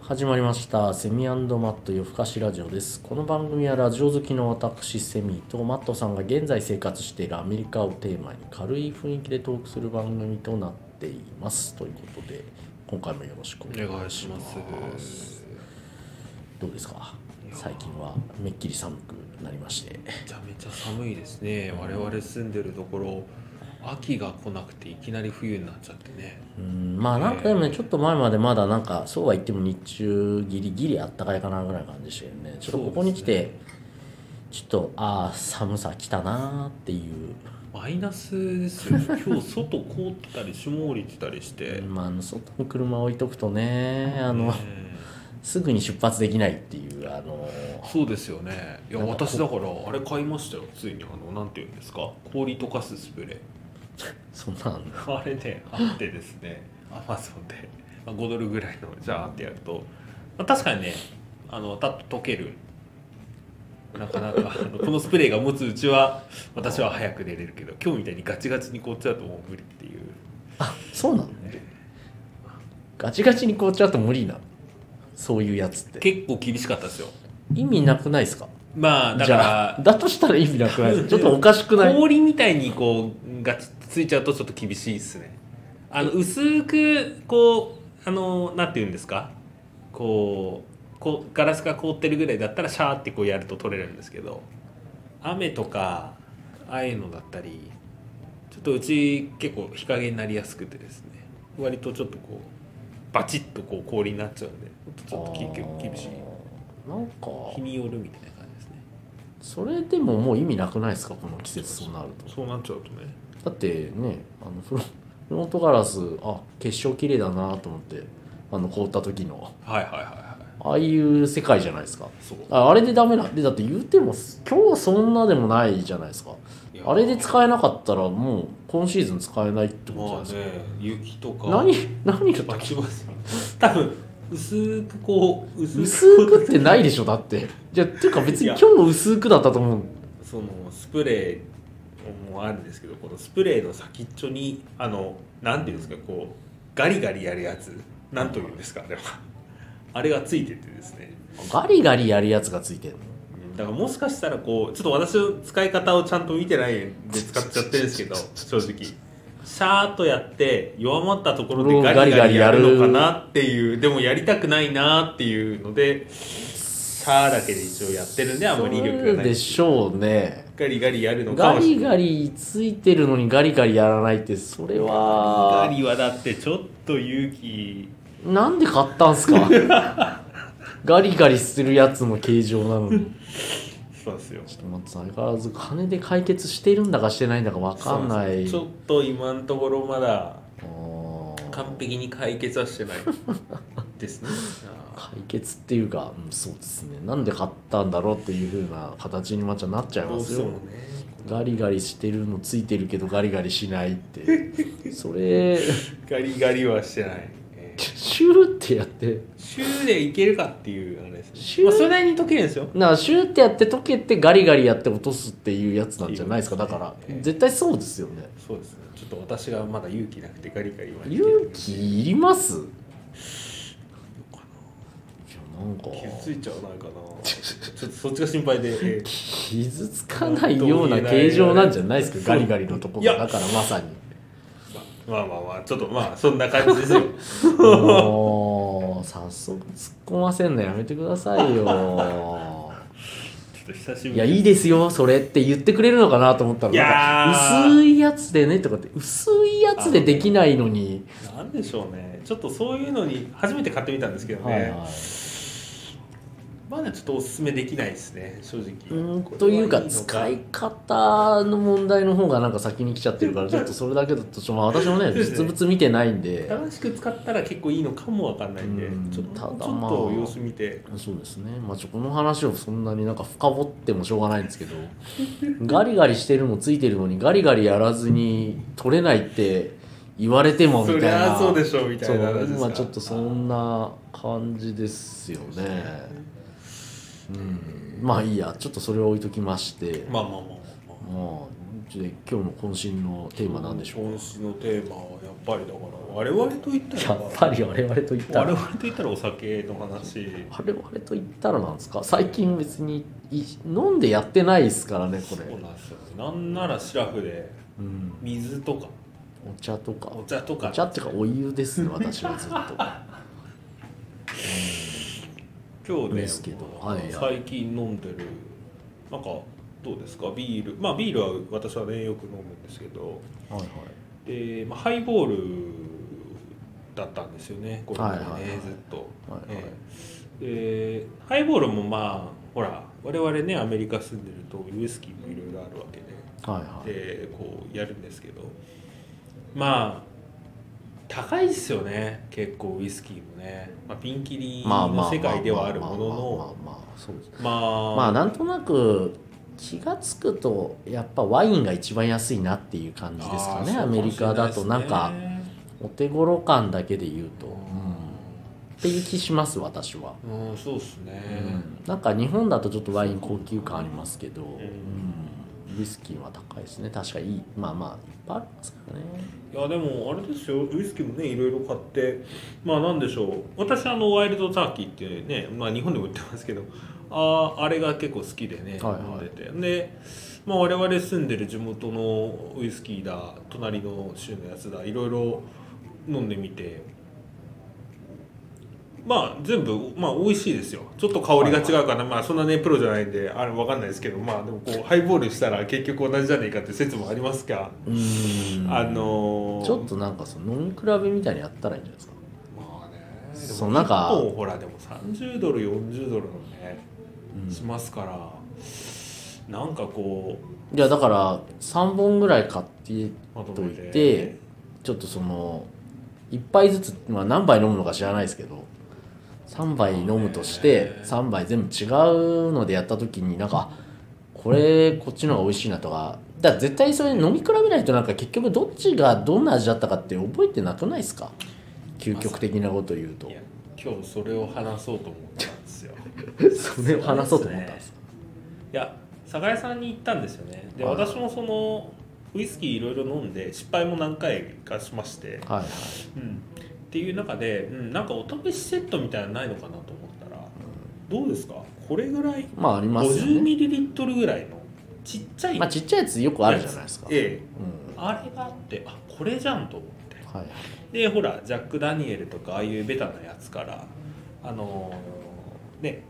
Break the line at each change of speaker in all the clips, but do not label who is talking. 始まりましたセミマット夜更かしラジオですこの番組はラジオ好きの私セミとマットさんが現在生活しているアメリカをテーマに軽い雰囲気でトークする番組となっていますということで今回もよろしくお
お
願いしま
願いし
す
ます。
どうですか最近はめっきり寒くなりまして
めちゃめちゃ寒いですね。我々住んでるところ、秋が来なくていきなり冬になっちゃってね。
うんまあなんかでもねちょっと前までまだなんかそうは言っても日中ギリギリあったかいかなぐらいの感じでしたけどねちょっとここに来て、
そうで
ちょっとああ寒さ来たなーっていう
マイナスで すよ。今日外凍ったり霜降りてたりして。
まあ、あの外に車置いとくとねあの、
ね
すぐに出発できないっていうあの
そうですよね。いや
なんか
私だからあれ買いましたよ。ついにあのなんていうんですか、氷溶かすスプレー。
そんなん
あれねあってですねアマゾンでまあ5ドルぐらいのジャーってやると、まあ確かにねあのたっと溶けるなかなかあのこのスプレーが持つうちは私は早く寝れるけど今日みたいにガチガチに凍っちゃうともう無理っていう
あそうなのねガチガチに凍っちゃうと無理なのそういうやつって
結構厳しかったですよ
意味なくないですか
まあだ
じ
か
ゃあ
ら
だとしたら意味なくないですかちょっとおかしくない
氷みたいにこうガチッとついちゃうとちょっと厳しいですねあの薄くこうあのなんて言うんですかこうこうガラスが凍ってるぐらいだったらシャーってこうやると取れるんですけど雨とかああいうのだったりちょっとうち結構日陰になりやすくてですね割とちょっとこうバチッとこう氷になっちゃうんでちょっと結構厳しい
あーなんか
日によるみたいな感じですね
それでももう意味なくないですかこの季節そうなると
そうなっちゃうとね
だってねあのフロフロントガラスあ結晶綺麗だなと思ってあの凍った時の
はいはいはいはい
ああいう世界じゃないですか
そう
ああれでダメなんでだって言うても今日そんなでもないじゃないですか
いや
あれで使えなかったらもう今シーズン使えないって
まあ
ことじゃないです
ね雪とか
か、何何の
まあきますよ多分薄くこう薄
薄くってない
い
でしょだってじゃあっていうか別に
い
今
や
日薄くだったと思う
そのスプレーもあるんですけどこのスプレーの先っちょにあのなんていうんですかこうガリガリやるやつなんというんですかあれはあれがついててですね
ガリガリやるやつがついてるの
だからもしかしたらこうちょっと私の使い方をちゃんと見てないんで使っちゃってるんですけど正直シャーッとやって弱まったところでガリガリやるのかなっていうでもやりたくないなっていうのでシャーだけで一応やってるんであんまり威力
そう
がな
で
い
しょうね
ガリガリやるのか
ガ
もし
リ
れない
ガリついてるのにガリガリやらないってそれは
ガリはだってちょっと勇気
なんで買ったんすか ガリガリするやつの形状なのに
そうですよ
ちょっと待って相変わらず金で解決してるんだかしてないんだか分かんない
ちょっと今のところまだ
あー
完璧に解決はしてないで すね
解決っていうか、うん、そうですねなんで買ったんだろうっていう風な形にまっちゃなっちゃい
ど
ま
う
す
して
よ
もね
ガリガリしてるのついてるけどガリガリしないってそれ
ガリガリはしてない。えー
シューってやって
週でいけるかっていうあれですね。
週
まあ、それなりに解けるんですよ。
なあシューってやって溶けてガリガリやって落とすっていうやつなんじゃないですかだから
ええ
絶対そうですよね
そうですね。ちょっと私がまだ勇気なくてガリガリは。
勇気いりますいやなんか
傷ついちゃわないかな。ちょっとそっちが心配で。えー
傷つかないような形状なんじゃないですかガリガリのとこ
い
が
や
だからまさに
まあまあまあちょっとまあそんな感じ ですよ。
もう早速突っ込ませんのやめてくださいよ
ちょっと久しぶり。
いやいいですよそれって言ってくれるのかなと思ったら
いや
なん
ー
か薄いやつでねとかって薄いやつでできないのに
なんでしょうね。ちょっとそういうのに初めて買ってみたんですけどね。
はいはい
まだちょっとおすすめできないですね。正直。
うん
これはいいの
というか使い方の問題の方がなんか先に来ちゃってるからちょっとそれだけだとちょっとまあ私 もね
そうですね
実物見てないんで
正しく使ったら結構いいのかもわかんないんで、
うん
ちょっ
た
と
だ
ち
まあ
ょっと様子見て。
そうですねまあちょこの話をそんなになんか深掘ってもしょうがないんですけどガリガリしてるのついてるのにガリガリやらずに取れないって言われてもみたいな
そりゃそうでしょみたいな話ですか
そうまあちょっとそんな感じですよねうんまあいいやちょっとそれは置いときまして
まあまあまあまあ
もうで今日の渾身のテーマなんでしょう
今週のテーマはやっぱりだから我々と言ったら
やっぱり我々と言った
我
ら
々と言ったらお酒の話
我々と言ったらなんですか最近別にい飲んでやってないですからねこれ
そうなんですよなんならシラフで
うん
水とか
お茶とか
お茶とか
お茶っていうかお湯ですね私はずっ
今日ね
ですけどはいはい
最近飲んでるなんかどうですかビールまあビールは私はねよく飲むんですけど
とはいはい
で、まあ、ハイボールだったんですよねこれまでね、
はいはいはい
ずっと。
はいはい
ええでハイボールもまあほら我々ねアメリカ住んでるとウイスキーもいろいろあるわけ
はいはい
ででこうやるんですけどまあ高いっすよね結構ウイスキーもね、まあ、ピンキリの世界ではあるものの
まあまあまあまあまあそうです
まあ
まあなんとなく気が付くとやっぱワインが一番安いなっていう感じですかね
あー
アメリカだと
そう
な
もし
ん
れい
か
ですね
お手頃感だけで言うと、うん、っ
う
ていう気します私は、
ん、うん、そうっすね、
うん、なんか日本だとちょっとワイン高級感ありますけど、うんウイスキーは高いですね確かいいまあまあいっぱいありますからね
いやでもあれですよウイスキーもねいろいろ買ってまあなんでしょう私あのワイルドターキーっていうね、まあ、日本でも売ってますけどあーあれが結構好きでね、
はいはい
飲んでてで、まあ、我々住んでる地元のウイスキーだ隣の州のやつだいろいろ飲んでみてまあ全部まあ美味しいですよちょっと香りが違うかな、まあそんなねプロじゃないんであれわかんないですけどまあでもこうハイボールしたら結局同じじゃねえかって説もありますが。
うん
あのー
ちょっとなんかその飲み比べみたいにやったらいいんじゃないですか
まあね
そうなんか
でも一本ほらでも30ドル40ドルのね、
うん
しますからなんかこ
いやだから3本ぐらい買って
うまと
と
め
い
て
てちょっとその1杯ずつ、まあ、何杯飲むのか知らないですけど3杯飲むとして
へー
3杯全部違うのでやった時になんかこれこっちの方が美味しいなとかだから絶対それ飲み比べないとなんか結局どっちがどんな味だったかって覚えてなくないですか究極的なこと言うと
いや今日それを話そうと思ったんですよ
それを話そうと思ったんです
いや酒屋さんに行ったんですよねで
はい
私もそのウイスキーいろいろ飲んで失敗も何回かしまして、
はいはい
うん、っていう中で、うん、なんかお試しセットみたいなのないのかなと思ったら、どうですかこれぐらい
まあありますよ
50
ね
ミリリットルぐらいのちっちゃい
まあちっちゃいやつよくあるじゃないですかうん
ええあれがあってあこれじゃんと思って
はいはい
でほらジャック・ダニエルとかああいうベタなやつからあのーね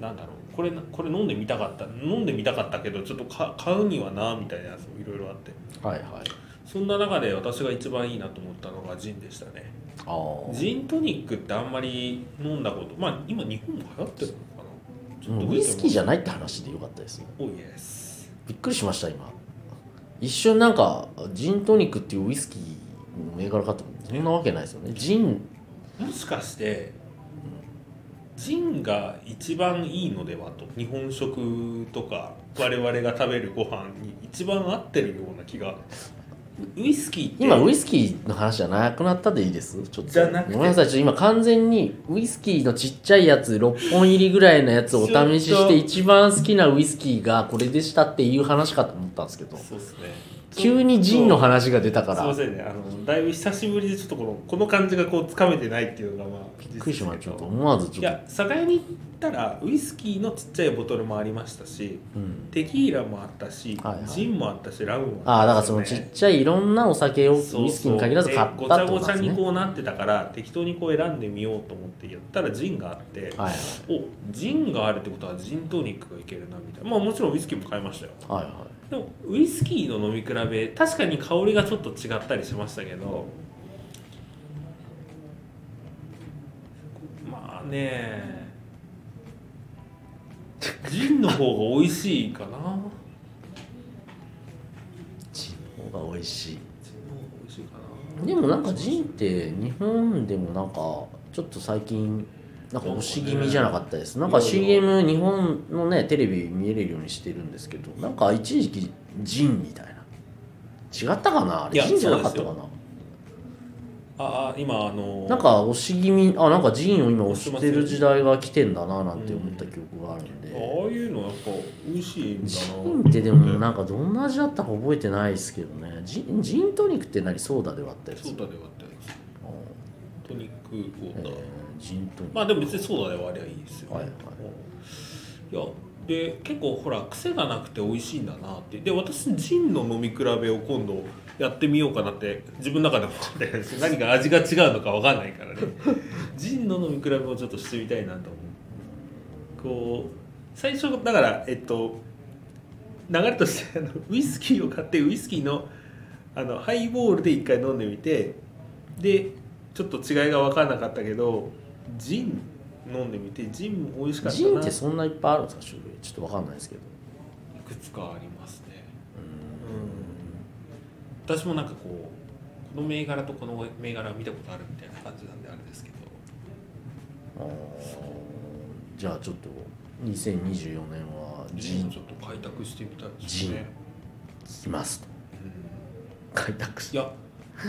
なんだろうこれこれ飲んでみたかった飲んでみたかったけどちょっとか買うにはなみたいなやつもいろいろあって
はいはい
そんな中で私が一番いいなと思ったのがジンでしたね
ああ
ジントニックってあんまり飲んだことまあ今日本も流行ってるのかなちょっと
ウイスキーじ
ゃ
ゃないって話でよかったですよ
多いです
びっくりしました今一瞬なんかジントニックっていうウイスキーの銘柄かと思ってそんなわけないですよねジン
もしかしてジンが一番いいのではと日本食とか我々が食べるご飯に一番合ってるような気がウイスキーって
今ウイスキーの話じゃなくなったでいいですちょっと
じゃなくて
ごめんなさいちょっと今完全にウイスキーのちっちゃいやつ6本入りぐらいのやつをお試し
ちょ
し
ってと
一番好きなウイスキーがこれでしたっていう話かと思ったんですけど
そうですね
急にジンの話が出たか
そうすいま
ら
せんねあのだいぶ久しぶりでちょっとこのこの感じがこうつかめてないっていうのがまあび
びっくりしましたちょっと思わずち
い
ょっと
や酒屋に行ったらウイスキーのちっちゃいボトルもありましたし
うん
テキーラもあったし、
はいはい
ジンもあったしラムも
ああだ
っ
から
た
その
です
ち
よね
っちゃいいろんなお酒をウイ
そうそう
スキーに限らず買ったって
で
こ
ご
と
ちゃ
なん
ご
で
ちゃ
すね
にこうなってたから適当にこう選んでみようと思ってやったらジンがあって、
はい
おジンがあるってことはジントニックがいけるなみたいなまあもちろんウイスキーも買いましたよ
はいはいはい
でもウイスキーの飲み比べ確かに香りがちょっと違ったりしましたけどまあねジンの方が美味しいかな
ジンの方が美味しい
ジンの方が美味しいかな
でもなんかジンって日本でもなんかちょっと最近なんか押し気味じゃなかったですなんか CM 日本のねテレビ見れるようにしてるんですけどなんか一時期ジンみたいな違ったかなあ
い
れ
や
ジンじゃなかったか
そ
な
ああ今あの
なんか押し気味あなんかジーンを今押してる時代が来てんだななんて思った記憶があるんで、
ああいうのやっぱ美味しいんだ
ジ
な
ンってでもなんかどんな味だったか覚えてないですけどねジンジントニックって何ソーダで割ったやつ
ソーダで割ったやつトニックウォー
え
ター、
ージントニック
まあでも別にソーダで割りゃいいですよね、
はいはい
いや
で結構ほら癖がなくて美味しいんだなってで私ジンの飲み比べを今度やってみようかなって自分の中でも思ってるんですよ
何か味が違うのか分かんないからねジンの飲み比べもちょっとしてみたいなと思うこう最初だからえっと流れとしてあのウイスキーを買ってウイスキーのあのハイボールで一回飲んでみてでちょっと違いが分からなかったけどジン飲んでみてジンも美味しかったな
ジンってそんないっぱいあるんですか種類ちょっとわかんないですけど
いくつかありますね
うん、私もなんかこうこの銘柄とこの銘柄は見たことあるみたいな感じなんであれですけど
あーじゃあちょっと2024年は
ジ
ジ
ン
ン
ちょっと開拓してみたいですね
きますと開拓し
いや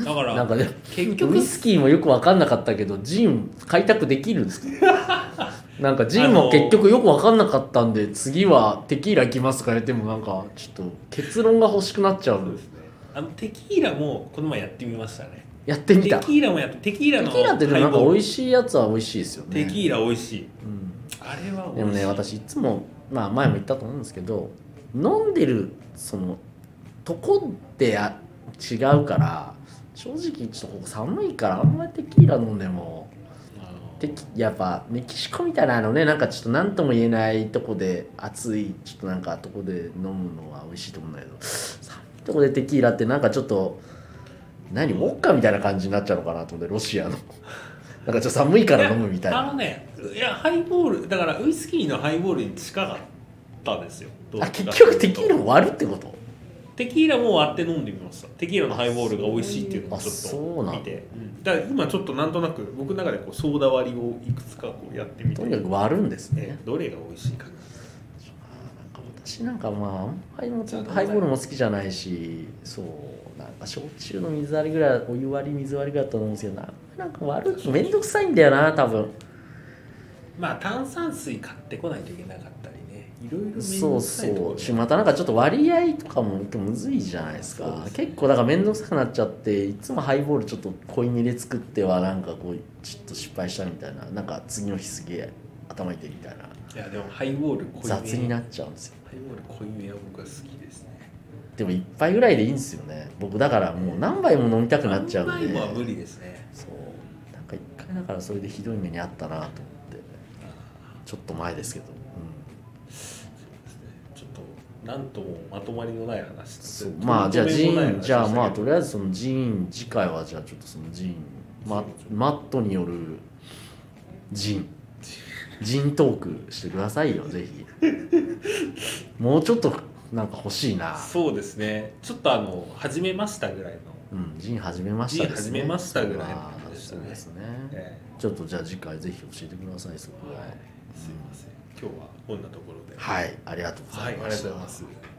だから
なんかね
結
ウイ
局
スキーもよくわかんなかったけどジン開拓できるんですか なんかジンも結局よくわかんなかったんで次はテキーラいきますとかやってもなんかちょっと結論が欲しくなっちゃ
そうで
う
すねあのテキーラもこの前やってみましたね
やって
テ
み
キ
たテキ
ーラもやってテキーラの
ーラってでもなんか
ハイボー
美
ル
味しいやつは美味しいですよね
テキーラ美味しい
うん
あれは美味しい
でもね私いつも、まあ、前も言ったと思うんですけど飲んでるそのとこってあ違うから正直ちょっとここ寒いからあんまりテキーラ飲んでも
あの
テキやっぱメキシコみたいなあのねなんかちょっと何とも言えないとこで暑いちょっとなんかとこで飲むのは美味しいと思うんだけど寒いとこでテキーラってなんかちょっと何ウォッカみたいな感じになっちゃうのかなと思ってロシアのなんかちょっと寒いから飲むみたい
やあ
な
のねいやハイボールだからウイスキーのハイボールに近かったですよ どっ
あ
ち
結
か
局
と
テ
いうと
キーラを割るってこと
テキーラも割って飲んでみましたテキーラのハイボールが美味しいっていうのをち
あそう
ょっ
なんだ
と見て
うんだから今ちょっとなんとなく僕の中でこうソーダ割りをいくつかこうやってみて
とにかく割るんですね
ねどれが美味しいかな
なんか私なんかまああんまりもちょっとハイボールも好きじゃないしそうなんか焼酎の水割りぐらいお湯割り水割りぐらいだと思うんですけどなんかなんか割るのめんどくさいんだよな多分
まあ炭酸水買ってこないといけなかったりねいろいろ面
そ
倒
う
くさいとこ
そ
ろ
う
で
しまたなんかちょっと割合とかもむずいじゃないです
そう
か
ですね
結構だからめんどくさくなっちゃっていつもハイボールちょっと濃いめで作ってはなんかこうちょっと失敗したみたいななんか次の日すげえ頭痛いみたいない
やでもハイボール濃いめ
雑になっちゃうんですよ
ハイボール濃いめは僕は好きですね
でも一杯ぐらいでいいんですよね僕だからもう何杯も飲みたくなっちゃうんで
何杯は無理ですね
そうなんか一回だからそれでひどい目にあったなと思ってちょっと前ですけど、うん、
ちょっとなんともまとまりのない話
そうまあじゃあジーンじゃあまあとりあえずそのジーン次回はじゃあちょっとそのジーンママットによるジーンジーントークしてくださ いよぜひもうちょっとなんか欲しいな
そうですねちょっとあの始めましたぐらいの、
うんジーン始めましたですね
ジーン始めましたぐらいの
あー
感じでしたね
そうですね
え
ちょっとじゃあ次回ぜひ教えてくださいそ
え
こは
すいません今日はこんなところで
はいありがとうござ
はいいあり
ま
がとう
し
ご
た、
ざいます